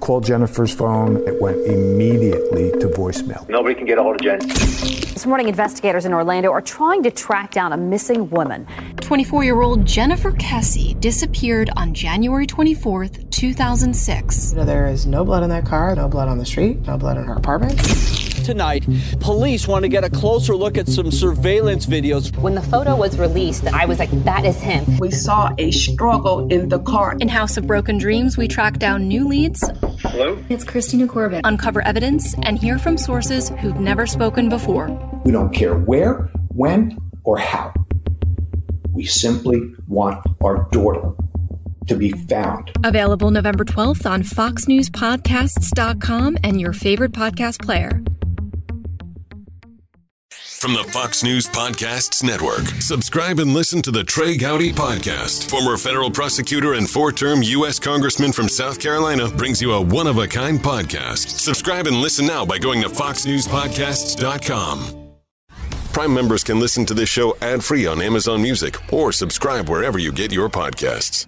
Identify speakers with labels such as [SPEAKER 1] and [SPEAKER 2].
[SPEAKER 1] Called Jennifer's phone. It went immediately to voicemail.
[SPEAKER 2] Nobody can get a hold of Jen.
[SPEAKER 3] This morning, investigators in Orlando are trying to track down a missing woman.
[SPEAKER 4] 24 year old Jennifer Cassie disappeared on January 24th, 2006.
[SPEAKER 5] You know, there is no blood in that car, no blood on the street, no blood in her apartment.
[SPEAKER 6] Tonight, police want to get a closer look at some surveillance videos.
[SPEAKER 7] When the photo was released, I was like, that is him.
[SPEAKER 8] We saw a struggle in the car.
[SPEAKER 4] In House of Broken Dreams, we track down new leads.
[SPEAKER 2] Hello?
[SPEAKER 9] It's Christina Corbett.
[SPEAKER 4] Uncover evidence and hear from sources who've never spoken before.
[SPEAKER 1] We don't care where, when, or how. We simply want our daughter to be found.
[SPEAKER 4] Available November 12th on FoxNewsPodcasts.com and your favorite podcast player.
[SPEAKER 10] From the Fox News Podcasts Network, subscribe and listen to the Trey Gowdy Podcast. Former federal prosecutor and four term U.S. Congressman from South Carolina brings you a one of a kind podcast. Subscribe and listen now by going to FoxNewsPodcasts.com. Prime members can listen to this show ad free on Amazon Music or subscribe wherever you get your podcasts.